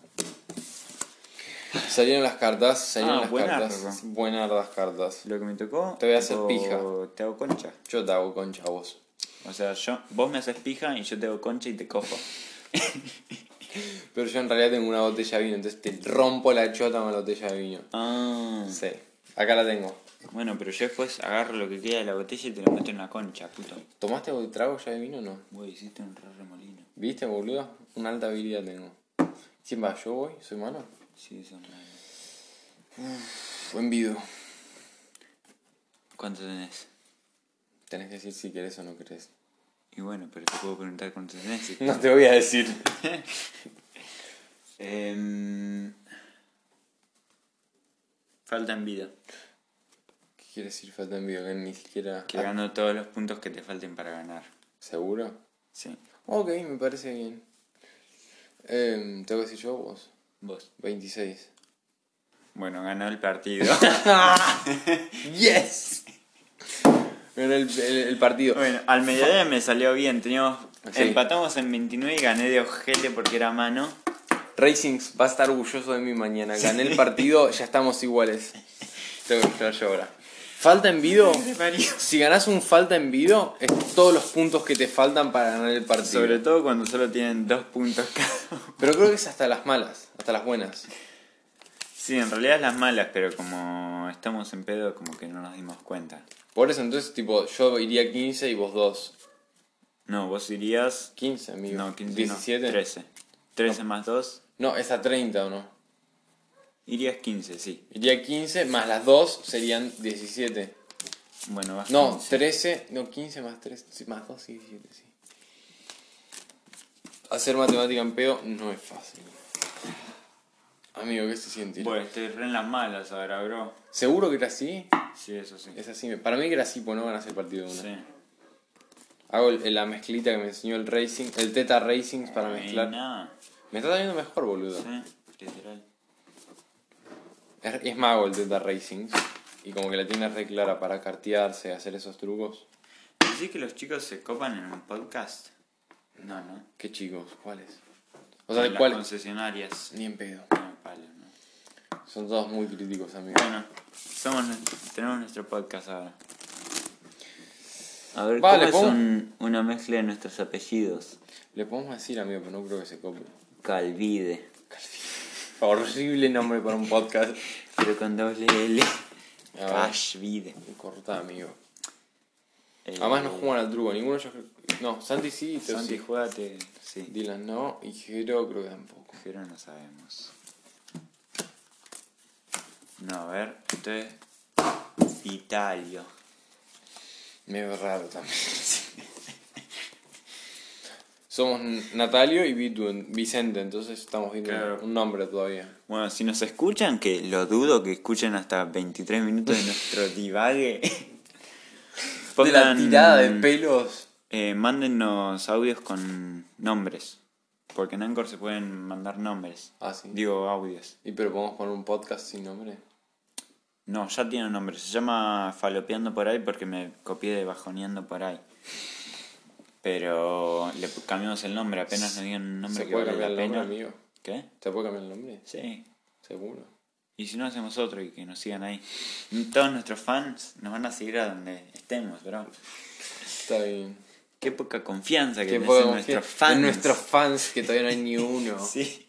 [SPEAKER 2] Salieron las cartas, salieron
[SPEAKER 1] Ah,
[SPEAKER 2] las
[SPEAKER 1] buenardo.
[SPEAKER 2] cartas. Buenas las cartas.
[SPEAKER 1] Lo que me tocó.
[SPEAKER 2] Te voy a hacer
[SPEAKER 1] tipo,
[SPEAKER 2] pija.
[SPEAKER 1] Te hago concha.
[SPEAKER 2] Yo te hago concha a vos.
[SPEAKER 1] O sea, yo, vos me haces pija y yo te hago concha y te cojo.
[SPEAKER 2] Pero yo en realidad tengo una botella de vino, entonces te rompo la chota con la botella de vino.
[SPEAKER 1] Ah.
[SPEAKER 2] Sí, acá la tengo.
[SPEAKER 1] Bueno, pero yo después agarro lo que queda de la botella y te lo meto en una concha, puto.
[SPEAKER 2] ¿Tomaste trago ya de vino o no?
[SPEAKER 1] Güey, hiciste un re remolino.
[SPEAKER 2] ¿Viste, boludo? Una alta habilidad tengo. ¿Quién va? ¿Yo voy? ¿Soy mano?
[SPEAKER 1] Sí, eso es malo.
[SPEAKER 2] Buen video.
[SPEAKER 1] ¿Cuánto tenés?
[SPEAKER 2] Tenés que decir si querés o no querés.
[SPEAKER 1] Y bueno, pero te puedo preguntar cuánto tenés.
[SPEAKER 2] No te voy a decir.
[SPEAKER 1] Em, Falta en vida.
[SPEAKER 2] Quiere decir falta de envío, que ni siquiera.
[SPEAKER 1] Que ganó todos los puntos que te falten para ganar.
[SPEAKER 2] ¿Seguro?
[SPEAKER 1] Sí.
[SPEAKER 2] Ok, me parece bien. Em, ¿Tengo que decir yo o vos?
[SPEAKER 1] Vos.
[SPEAKER 2] 26.
[SPEAKER 1] Bueno, ganó el partido.
[SPEAKER 2] ¡Yes! Era el, el- el partido.
[SPEAKER 1] bueno, al mediodía me salió bien. Teníamos,
[SPEAKER 2] Sí.
[SPEAKER 1] Empatamos en 29 y gané de ojete porque era mano.
[SPEAKER 2] Racings va a estar orgulloso de mí mañana. Gané el partido, ya estamos iguales. Tengo que entrar yo ahora. Falta en vivo.
[SPEAKER 1] Me parió.
[SPEAKER 2] Si ganás un falta en vivo, es todos los puntos que te faltan para ganar el partido.
[SPEAKER 1] Sobre todo cuando solo tienen dos puntos cada uno.
[SPEAKER 2] Pero creo que es hasta las malas, hasta las buenas.
[SPEAKER 1] Sí, en realidad es las malas, pero como estamos en pedo, como que no nos dimos cuenta.
[SPEAKER 2] Por eso entonces, tipo, yo iría 15 y vos 2.
[SPEAKER 1] No, vos irías.
[SPEAKER 2] 15, amigo.
[SPEAKER 1] No, 15.
[SPEAKER 2] 17.
[SPEAKER 1] No, 13. 13 más 2.
[SPEAKER 2] No, es a 30 o no.
[SPEAKER 1] Irías 15, sí.
[SPEAKER 2] Iría 15 más las 2 serían 17.
[SPEAKER 1] Bueno, vas
[SPEAKER 2] No,
[SPEAKER 1] 15.
[SPEAKER 2] 13, no, 15 más 3, sí, más 2 y 17, sí. Hacer matemática en pedo no es fácil. Amigo, ¿qué se siente?
[SPEAKER 1] Bueno, estoy Pues, re en las malas ahora, bro.
[SPEAKER 2] ¿Seguro que era así?
[SPEAKER 1] Sí, eso sí.
[SPEAKER 2] Es así. Para mí que era así, pues no ganas el partido de una.
[SPEAKER 1] Sí.
[SPEAKER 2] Hago el- la mezclita que me enseñó el Racing, el Teta Racing para
[SPEAKER 1] Ay,
[SPEAKER 2] mezclar.
[SPEAKER 1] nada.
[SPEAKER 2] Me está saliendo mejor, boludo.
[SPEAKER 1] Sí, literal.
[SPEAKER 2] Es, es mago el Teta Racing. Y como que la tiene re clara para cartearse, hacer esos trucos.
[SPEAKER 1] ¿Decís que los chicos se copan en un podcast? No, no.
[SPEAKER 2] Qué chicos, ¿cuáles? O sea,
[SPEAKER 1] En las
[SPEAKER 2] ¿cuáles?
[SPEAKER 1] concesionarias.
[SPEAKER 2] Ni en pedo.
[SPEAKER 1] No, palo, no.
[SPEAKER 2] Son todos muy críticos, amigo.
[SPEAKER 1] Bueno, somos, nues- tenemos nuestro podcast ahora. A ver,
[SPEAKER 2] Vale,
[SPEAKER 1] ¿cómo
[SPEAKER 2] ¿puedo?
[SPEAKER 1] es un- una mezcla de nuestros apellidos?
[SPEAKER 2] Le podemos decir, amigo, pero no creo que se cope.
[SPEAKER 1] Calvide,
[SPEAKER 2] Horrible nombre para un podcast.
[SPEAKER 1] pero con doble L.
[SPEAKER 2] ver.
[SPEAKER 1] Cashvide.
[SPEAKER 2] Corta, amigo.
[SPEAKER 1] Eh,
[SPEAKER 2] Además no juegan al truco, ninguno de ellos... No, Santi sí, Teo
[SPEAKER 1] Santi,
[SPEAKER 2] sí.
[SPEAKER 1] jugate. Sí.
[SPEAKER 2] Dylan no, y Jero creo que tampoco.
[SPEAKER 1] Pero no sabemos. No, a ver, este entonces. Italio.
[SPEAKER 2] Me veo raro también. Somos Natalio y Vitu- Vicente, entonces estamos viendo
[SPEAKER 1] Claro.
[SPEAKER 2] un nombre todavía.
[SPEAKER 1] Bueno, si nos escuchan, que lo dudo que escuchen hasta 23 minutos de nuestro divague. Pongan,
[SPEAKER 2] pelos.
[SPEAKER 1] eh, mándennos audios con nombres. Porque en Anchor se pueden mandar nombres.
[SPEAKER 2] Ah, sí.
[SPEAKER 1] Digo, audios.
[SPEAKER 2] ¿Y pero podemos poner un podcast sin nombre?
[SPEAKER 1] No, ya tiene un nombre. Se llama Falopeando por ahí porque me copié de Bajoneando por ahí. Pero le pu- cambiamos el nombre. Apenas nos digan un nombre
[SPEAKER 2] ¿Se
[SPEAKER 1] que
[SPEAKER 2] puede
[SPEAKER 1] valga
[SPEAKER 2] cambiar el
[SPEAKER 1] la
[SPEAKER 2] nombre,
[SPEAKER 1] pena.
[SPEAKER 2] amigo?
[SPEAKER 1] ¿Qué?
[SPEAKER 2] ¿Se puede cambiar el nombre?
[SPEAKER 1] Sí.
[SPEAKER 2] Seguro.
[SPEAKER 1] Y si no, hacemos otro y que nos sigan ahí. Todos nuestros fans nos van a seguir a donde estemos, bro.
[SPEAKER 2] Está bien.
[SPEAKER 1] Qué poca confianza que
[SPEAKER 2] Que
[SPEAKER 1] tenés
[SPEAKER 2] podemos
[SPEAKER 1] en nuestros
[SPEAKER 2] decir?
[SPEAKER 1] fans.
[SPEAKER 2] En nuestros fans, que todavía no hay ni uno.
[SPEAKER 1] Sí.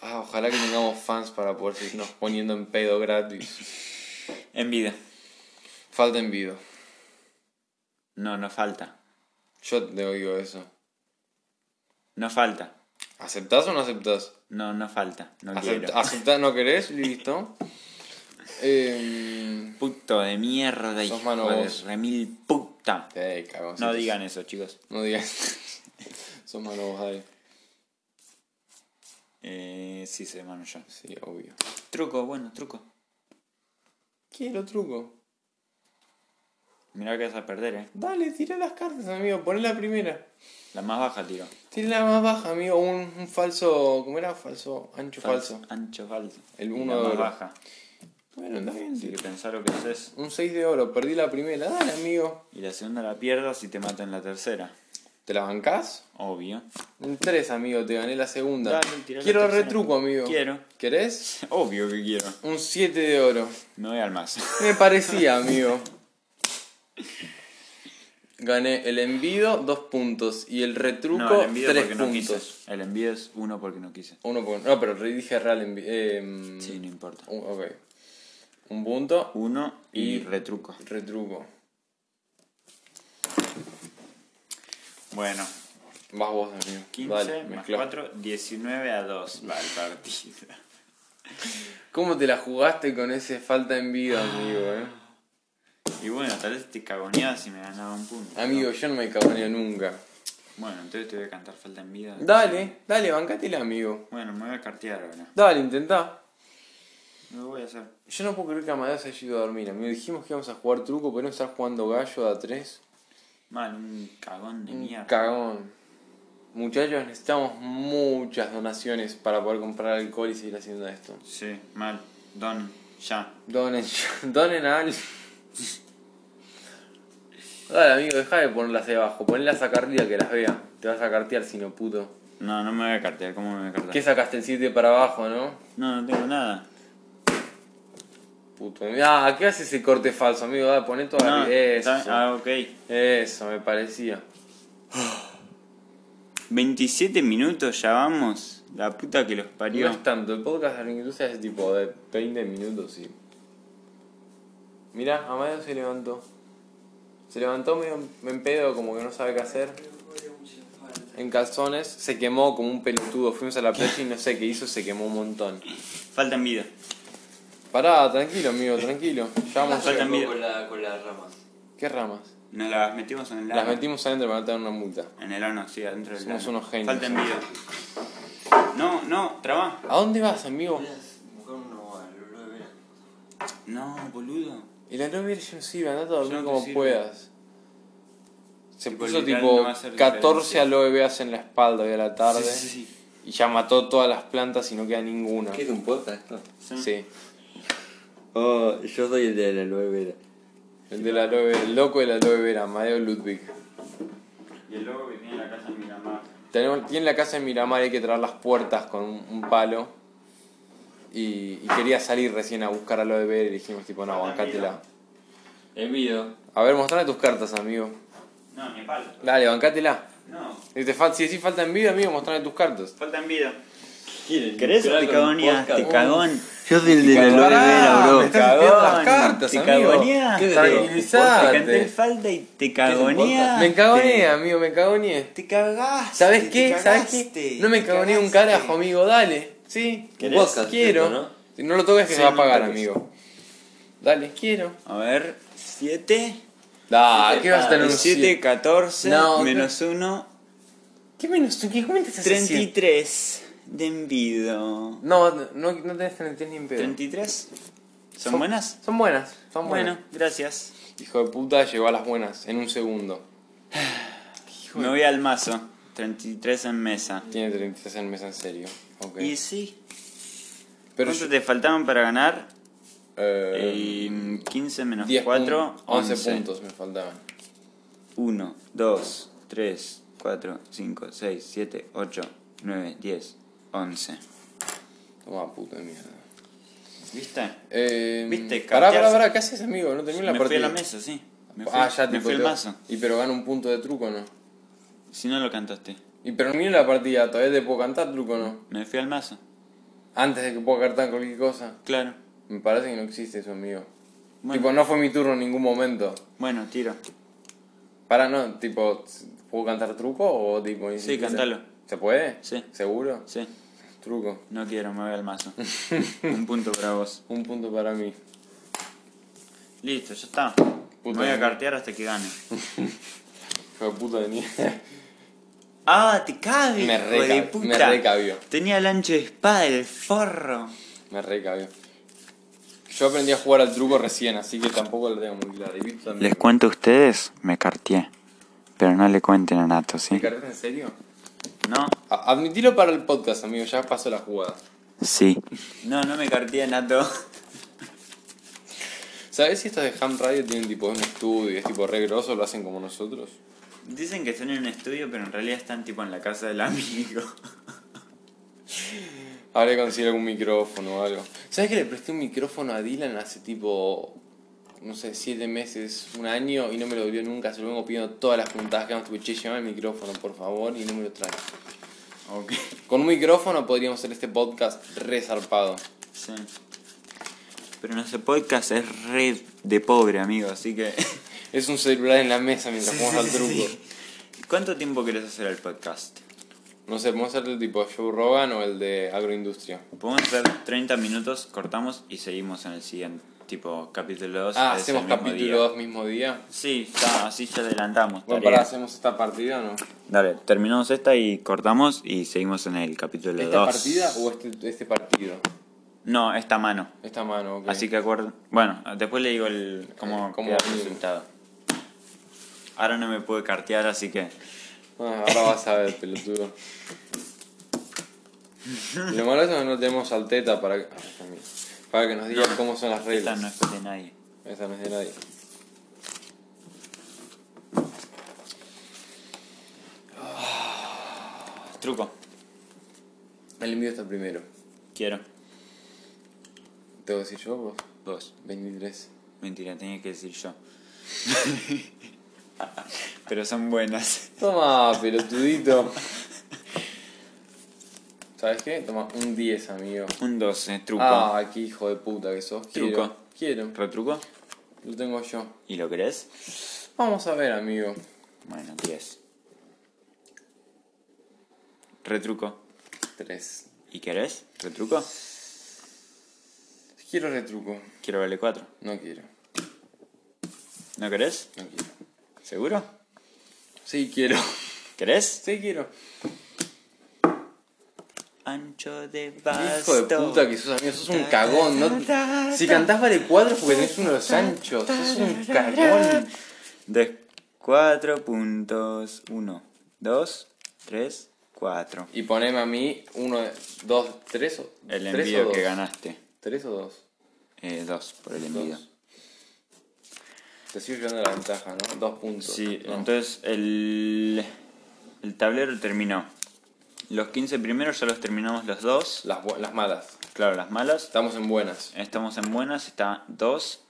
[SPEAKER 2] Ah, ojalá que tengamos fans para poder seguirnos poniendo en pedo gratis.
[SPEAKER 1] En vida.
[SPEAKER 2] Falta envido.
[SPEAKER 1] No, no falta.
[SPEAKER 2] Yo te digo eso.
[SPEAKER 1] No falta.
[SPEAKER 2] ¿Aceptás o no aceptás?
[SPEAKER 1] No, no falta. No
[SPEAKER 2] Acept-
[SPEAKER 1] quiero.
[SPEAKER 2] ¿Aceptás? ¿No querés? Listo. Eh,
[SPEAKER 1] Puto de mierda y
[SPEAKER 2] Sos mano vos.
[SPEAKER 1] remil puta.
[SPEAKER 2] te cago,
[SPEAKER 1] No
[SPEAKER 2] sí.
[SPEAKER 1] digan eso, chicos.
[SPEAKER 2] No digas. Son malos vos, dale.
[SPEAKER 1] Eh, sí, se mano yo.
[SPEAKER 2] Sí, obvio.
[SPEAKER 1] Truco, bueno, truco.
[SPEAKER 2] Quiero truco.
[SPEAKER 1] Mirá que vas a perder, eh.
[SPEAKER 2] Dale, tira las cartas, amigo. Poné la primera.
[SPEAKER 1] La más baja tiro.
[SPEAKER 2] Tira la más baja, amigo. Un, un falso. ¿Cómo era? Falso. Ancho falso.
[SPEAKER 1] Ancho falso.
[SPEAKER 2] El
[SPEAKER 1] Y
[SPEAKER 2] uno
[SPEAKER 1] La
[SPEAKER 2] de
[SPEAKER 1] más
[SPEAKER 2] oro.
[SPEAKER 1] baja.
[SPEAKER 2] Bueno, anda bien.
[SPEAKER 1] Así que pensá lo que haces.
[SPEAKER 2] Un 6 de oro. Perdí la primera. Dale, amigo.
[SPEAKER 1] Y la segunda la pierdas y te matan la tercera.
[SPEAKER 2] ¿Te la bancás?
[SPEAKER 1] Obvio.
[SPEAKER 2] Un 3, amigo. Te gané la segunda.
[SPEAKER 1] Dale, tirá la
[SPEAKER 2] Quiero
[SPEAKER 1] tercera.
[SPEAKER 2] retruco, amigo.
[SPEAKER 1] Quiero.
[SPEAKER 2] ¿Querés?
[SPEAKER 1] Obvio que quiero.
[SPEAKER 2] Un 7 de oro.
[SPEAKER 1] Me voy al mazo.
[SPEAKER 2] Me parecía, amigo. Gané el envido, dos puntos. Y el retruco,
[SPEAKER 1] No, el envío
[SPEAKER 2] tres
[SPEAKER 1] porque no
[SPEAKER 2] puntos.
[SPEAKER 1] quise. El envío es uno porque no quise.
[SPEAKER 2] Uno por- No, pero dije real envido. Eh,
[SPEAKER 1] Sí, no importa.
[SPEAKER 2] un- ok. Un punto,
[SPEAKER 1] Uno y,
[SPEAKER 2] Y-
[SPEAKER 1] retruco.
[SPEAKER 2] retruco.
[SPEAKER 1] Bueno,
[SPEAKER 2] Vas vos, amigo.
[SPEAKER 1] 15
[SPEAKER 2] Dale,
[SPEAKER 1] más
[SPEAKER 2] mezclá.
[SPEAKER 1] 4, 19 a 2 va el partido.
[SPEAKER 2] ¿Cómo te la jugaste con ese falta envido, amigo, eh?
[SPEAKER 1] Y bueno, tal vez te cagoneabas y me ganaba un punto.
[SPEAKER 2] Amigo, yo no me cabreo nunca.
[SPEAKER 1] Bueno, entonces te voy a cantar falta en vida.
[SPEAKER 2] Dale, dale, bancátela, amigo.
[SPEAKER 1] Bueno, me voy a cartear ahora.
[SPEAKER 2] Dale, intentá.
[SPEAKER 1] No lo voy a hacer.
[SPEAKER 2] Yo no puedo creer que Amadeo se haya ido a dormir. Amigo, dijimos que íbamos a jugar truco, pero no estar jugando gallo de a tres.
[SPEAKER 1] Mal, un cagón de
[SPEAKER 2] Un
[SPEAKER 1] mierda.
[SPEAKER 2] cagón. Muchachos, necesitamos muchas donaciones para poder comprar alcohol y seguir haciendo esto.
[SPEAKER 1] sí, mal. Don, ya.
[SPEAKER 2] Donen, donen al. Dale, amigo, deja de ponerlas ahí abajo. Ponlas acá arriba que las vea. Te vas a cartear, si no puto.
[SPEAKER 1] No, no me voy a cartear. ¿Cómo me voy a cartear?
[SPEAKER 2] ¿Qué sacaste el 7 para abajo, no?
[SPEAKER 1] No, no tengo nada.
[SPEAKER 2] Puto. Ah, ¿qué hace ese corte falso, amigo? Dale, poné todo
[SPEAKER 1] No,
[SPEAKER 2] arriba. Eso.
[SPEAKER 1] está- ah, ok.
[SPEAKER 2] Eso, me parecía.
[SPEAKER 1] 27 minutos ya vamos. La puta que los parió.
[SPEAKER 2] No es tanto, el podcast de la industria es tipo de 20 minutos y. Mirá, Amadeo se levantó. Se levantó medio en- en pedo, como que no sabe qué hacer. En calzones, se quemó como un pelotudo. Fuimos a la playa y no sé qué hizo, se quemó un montón.
[SPEAKER 1] Faltan vida.
[SPEAKER 2] Pará, tranquilo, amigo, tranquilo. Ya vamos.
[SPEAKER 1] Faltan vida.
[SPEAKER 4] con, la, con las ramas.
[SPEAKER 2] ¿Qué ramas?
[SPEAKER 1] Nos las metimos en el ano.
[SPEAKER 2] Las metimos adentro para no tener una multa.
[SPEAKER 1] En el ano, sí, adentro del
[SPEAKER 2] Somos
[SPEAKER 1] ano.
[SPEAKER 2] unos genios.
[SPEAKER 1] Faltan vida. No, no, trabá.
[SPEAKER 2] ¿A dónde vas, amigo?
[SPEAKER 4] Podrías buscar uno al olor de vera.
[SPEAKER 1] No, boludo.
[SPEAKER 2] El aloe vera ya no sirve, andate a dormir
[SPEAKER 1] Ya no te
[SPEAKER 2] como
[SPEAKER 1] sirve.
[SPEAKER 2] puedas. Se
[SPEAKER 1] Tipo,
[SPEAKER 2] puso
[SPEAKER 1] literal,
[SPEAKER 2] tipo
[SPEAKER 1] no va a hacer
[SPEAKER 2] 14
[SPEAKER 1] diferencia.
[SPEAKER 2] aloe veras en la espalda hoy a la tarde
[SPEAKER 1] Sí, sí, sí.
[SPEAKER 2] y ya mató todas las plantas y no queda ninguna.
[SPEAKER 4] ¿Qué es un podcast esto?
[SPEAKER 1] Sí.
[SPEAKER 2] Sí,
[SPEAKER 4] Oh, yo soy el de la aloe vera.
[SPEAKER 2] el del aloe vera, el loco del aloe vera, Madeo Ludwig.
[SPEAKER 1] Y el loco que tiene la casa en Miramar.
[SPEAKER 2] Tenemos, tiene la casa en Miramar, hay que traer las puertas con un, un palo. Y, y quería salir recién a buscar aloe vera y dijimos tipo, no, bancátela.
[SPEAKER 4] Envido.
[SPEAKER 2] A ver, mostrame tus cartas, amigo.
[SPEAKER 1] No, ni palo.
[SPEAKER 2] Dale, bancátela.
[SPEAKER 1] No,
[SPEAKER 2] Si, te fal- si decís falta envidia, amigo, mostrame tus cartas.
[SPEAKER 1] faltan vida.
[SPEAKER 4] ¿Quieren?
[SPEAKER 1] ¿Querés
[SPEAKER 4] lucrar
[SPEAKER 1] te
[SPEAKER 4] con un
[SPEAKER 1] cagoneas?
[SPEAKER 4] podcast?
[SPEAKER 1] Te cagón.
[SPEAKER 4] Yo soy el de la aloe vera,
[SPEAKER 2] Pará,
[SPEAKER 4] bro.
[SPEAKER 2] me estás limpiando
[SPEAKER 1] Cagón,
[SPEAKER 2] las cartas,
[SPEAKER 1] te
[SPEAKER 2] amigo.
[SPEAKER 1] cagoneas.
[SPEAKER 4] ¿Qué
[SPEAKER 2] Tranquilizate.
[SPEAKER 1] Te canté el falda y te cagoneas.
[SPEAKER 2] Me cagoneé, amigo, me cagoneé.
[SPEAKER 1] Te cagaste.
[SPEAKER 2] ¿Sabés
[SPEAKER 1] te
[SPEAKER 2] qué? ¿Sabés qué?
[SPEAKER 1] cagaste,
[SPEAKER 2] No me
[SPEAKER 1] te
[SPEAKER 2] cagoneé un
[SPEAKER 1] cagaste.
[SPEAKER 2] carajo, amigo, dale. ¿Sí?
[SPEAKER 4] ¿Querés?
[SPEAKER 2] Vos quiero.
[SPEAKER 4] ¿no?
[SPEAKER 2] Si no lo toques, que
[SPEAKER 1] Sí,
[SPEAKER 2] se va a
[SPEAKER 1] no
[SPEAKER 2] pagar,
[SPEAKER 1] toques.
[SPEAKER 2] amigo. Dale, quiero.
[SPEAKER 1] A ver, 7.
[SPEAKER 2] Da, Ah, ¿qué vas a tener un
[SPEAKER 1] 7, 14,
[SPEAKER 2] No,
[SPEAKER 1] menos 1,
[SPEAKER 2] ¿Qué menos tú? ¿Qué cuentas hace siete?
[SPEAKER 1] 33 de envido.
[SPEAKER 2] No, no, no tenés 33 ni en pedo.
[SPEAKER 1] 33. ¿Son buenas?
[SPEAKER 2] Son buenas, son buenas.
[SPEAKER 1] Bueno, gracias.
[SPEAKER 2] Hijo de puta, llegó a las buenas en un segundo.
[SPEAKER 1] Me voy al mazo. 33 en mesa.
[SPEAKER 2] Tiene 33 en mesa en serio. Ok.
[SPEAKER 1] Y sí.
[SPEAKER 2] Pero
[SPEAKER 1] ¿Cuánto
[SPEAKER 2] yo-
[SPEAKER 1] te faltaban para ganar?
[SPEAKER 2] eh,
[SPEAKER 1] Eh, 15 menos
[SPEAKER 2] 10
[SPEAKER 1] 4,
[SPEAKER 2] 11
[SPEAKER 1] 11.
[SPEAKER 2] puntos me faltaban.
[SPEAKER 1] 1, 2, 3, 4, 5, 6, 7, 8, 9, 10, 11.
[SPEAKER 2] Toma, puta mierda.
[SPEAKER 1] ¿Viste?
[SPEAKER 2] Eh,
[SPEAKER 1] Viste,
[SPEAKER 2] Pará, pará,
[SPEAKER 1] cambiarse.
[SPEAKER 2] pará, ¿qué haces, amigo? No terminé la
[SPEAKER 1] me fui
[SPEAKER 2] partida.
[SPEAKER 1] a la mesa, sí. Me fui,
[SPEAKER 2] ah, ya
[SPEAKER 1] me
[SPEAKER 2] tipo,
[SPEAKER 1] fui al
[SPEAKER 2] te-
[SPEAKER 1] mazo.
[SPEAKER 2] Y pero gano un punto de truco, ¿no?
[SPEAKER 1] Si no lo cantaste.
[SPEAKER 2] Y pero terminé la partida, todavía te puedo cantar truco, ¿no?
[SPEAKER 1] Me fui al mazo.
[SPEAKER 2] Antes de que pueda cantar cualquier cosa.
[SPEAKER 1] Claro.
[SPEAKER 2] Me parece que no existe eso, amigo.
[SPEAKER 1] Bueno.
[SPEAKER 2] Tipo, no fue mi turno en ningún momento.
[SPEAKER 1] Bueno, tiro.
[SPEAKER 2] Pará, no, tipo, ¿puedo cantar truco o tipo... insistís?
[SPEAKER 1] cantalo.
[SPEAKER 2] ¿Se puede?
[SPEAKER 1] Sí.
[SPEAKER 2] ¿Seguro?
[SPEAKER 1] Sí.
[SPEAKER 2] Truco.
[SPEAKER 1] No quiero, me voy al mazo. Un punto para vos.
[SPEAKER 2] Un punto para mí.
[SPEAKER 1] Listo, ya está. me voy a cartear hasta que gane.
[SPEAKER 2] Hijo de puta de mierda.
[SPEAKER 1] Ah, te cabe.
[SPEAKER 2] Me
[SPEAKER 1] hijo
[SPEAKER 2] reca-
[SPEAKER 1] de
[SPEAKER 2] me
[SPEAKER 1] puta.
[SPEAKER 2] recabió.
[SPEAKER 1] Tenía el ancho de espada, el forro.
[SPEAKER 2] Me recabió. Yo aprendí a jugar al truco recién, así que tampoco lo tengo muy claro. ¿Y Víctor también?
[SPEAKER 1] Les cuento a ustedes, me carteé. Pero no le cuenten a Nato,
[SPEAKER 2] ¿Me
[SPEAKER 1] ¿sí?
[SPEAKER 2] cargas en serio?
[SPEAKER 1] No,
[SPEAKER 2] A- admitilo para el podcast, amigo, ya pasó la jugada.
[SPEAKER 1] sí. No, no me carteé a Nato.
[SPEAKER 2] ¿Sabés si estos de Ham Radio tienen tipo un estudio, es tipo re grosso, lo hacen como nosotros?
[SPEAKER 1] Dicen que están en un estudio, pero en realidad están tipo en la casa del amigo.
[SPEAKER 2] Habré que conseguir algún micrófono o algo. ¿Sabés que le presté un micrófono a Dylan hace tipo, no sé, siete meses, un año y no me lo dio nunca? Se lo vengo pidiendo todas las puntadas que vamos, tipo, che, llévame el micrófono, por favor, y no me lo trae.
[SPEAKER 1] Ok.
[SPEAKER 2] Con un micrófono podríamos hacer este podcast re zarpado.
[SPEAKER 1] Sí. Pero nuestro podcast es red de pobre, amigo, así que.
[SPEAKER 2] Es un celular en la mesa mientras jugamos al truco.
[SPEAKER 1] ¿Cuánto tiempo querés hacer el podcast?
[SPEAKER 2] No sé, ¿podemos hacer el tipo Joe Rogan o el de agroindustria?
[SPEAKER 1] Podemos hacer 30 minutos, cortamos y seguimos en el siguiente. Tipo, capítulo 2.
[SPEAKER 2] Ah, hacemos capítulo 2 mismo día.
[SPEAKER 1] Sí, está, así ya adelantamos.
[SPEAKER 2] Bueno,
[SPEAKER 1] tarea.
[SPEAKER 2] para hacemos esta partida o no.
[SPEAKER 1] Dale, terminamos esta y cortamos y seguimos en el capítulo 2.
[SPEAKER 2] ¿Esta partida o este, este partido?
[SPEAKER 1] No, esta mano.
[SPEAKER 2] Esta mano, ok. Eh,
[SPEAKER 1] Así que acuerdo. Bueno, después le digo el cómo,
[SPEAKER 2] Cómo
[SPEAKER 1] queda el
[SPEAKER 2] viene.
[SPEAKER 1] resultado. Ahora no me puede cartear, así que.
[SPEAKER 2] Ah, ahora vas a ver, pelotudo. Lo malo es que no tenemos al teta para que, ay, también. para que nos diga cómo son las
[SPEAKER 1] Esta
[SPEAKER 2] reglas.
[SPEAKER 1] no es de nadie.
[SPEAKER 2] Esa no es de nadie.
[SPEAKER 1] Truco.
[SPEAKER 2] El mío está primero.
[SPEAKER 1] Quiero.
[SPEAKER 2] ¿Tengo que decir yo vos?
[SPEAKER 1] Vos.
[SPEAKER 2] 23.
[SPEAKER 1] Mentira, tenía que decir yo. Pero son buenas.
[SPEAKER 2] Toma, pelotudito. ¿Sabes qué? Toma un 10, amigo.
[SPEAKER 1] Un 12, truco.
[SPEAKER 2] Ah, qué hijo de puta que sos. Quiero.
[SPEAKER 1] Truco.
[SPEAKER 2] Quiero.
[SPEAKER 1] ¿Retruco?
[SPEAKER 2] Lo tengo yo.
[SPEAKER 1] ¿Y lo crees?
[SPEAKER 2] Vamos a ver, amigo.
[SPEAKER 1] Bueno, 10. Retruco.
[SPEAKER 2] 3.
[SPEAKER 1] ¿Y querés? ¿Retruco?
[SPEAKER 2] Quiero retruco.
[SPEAKER 1] Quiero verle 4.
[SPEAKER 2] No quiero.
[SPEAKER 1] ¿No querés?
[SPEAKER 2] No quiero.
[SPEAKER 1] ¿Seguro?
[SPEAKER 2] Sí quiero.
[SPEAKER 1] ¿Querés?
[SPEAKER 2] Sí quiero.
[SPEAKER 1] Ancho de
[SPEAKER 2] Hijo
[SPEAKER 1] basto.
[SPEAKER 2] de puta que sos amigo, sos un cagón. No... Si cantás vale cuadros porque tenés uno de los anchos. Sos un cagón.
[SPEAKER 1] De 4 puntos. 1, 2, 3, 4.
[SPEAKER 2] Y poneme a mí uno, de- dos, tres o.
[SPEAKER 1] El
[SPEAKER 2] tres o
[SPEAKER 1] envío
[SPEAKER 2] dos.
[SPEAKER 1] que ganaste.
[SPEAKER 2] ¿Tres o dos?
[SPEAKER 1] 2 por el envío.
[SPEAKER 2] Dos. Te sigo llevando la ventaja, ¿no? Dos puntos.
[SPEAKER 1] Sí,
[SPEAKER 2] No.
[SPEAKER 1] entonces el, el tablero terminó. Los 15 primeros ya los terminamos los dos.
[SPEAKER 2] Las, bu- las malas.
[SPEAKER 1] Claro, las malas.
[SPEAKER 2] Estamos en buenas.
[SPEAKER 1] Estamos en buenas, está 2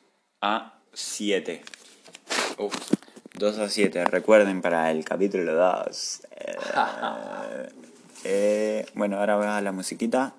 [SPEAKER 1] a 7.
[SPEAKER 2] Uf.
[SPEAKER 1] 2 a 7, recuerden para el capítulo 2. Eh, eh, bueno, ahora va la musiquita.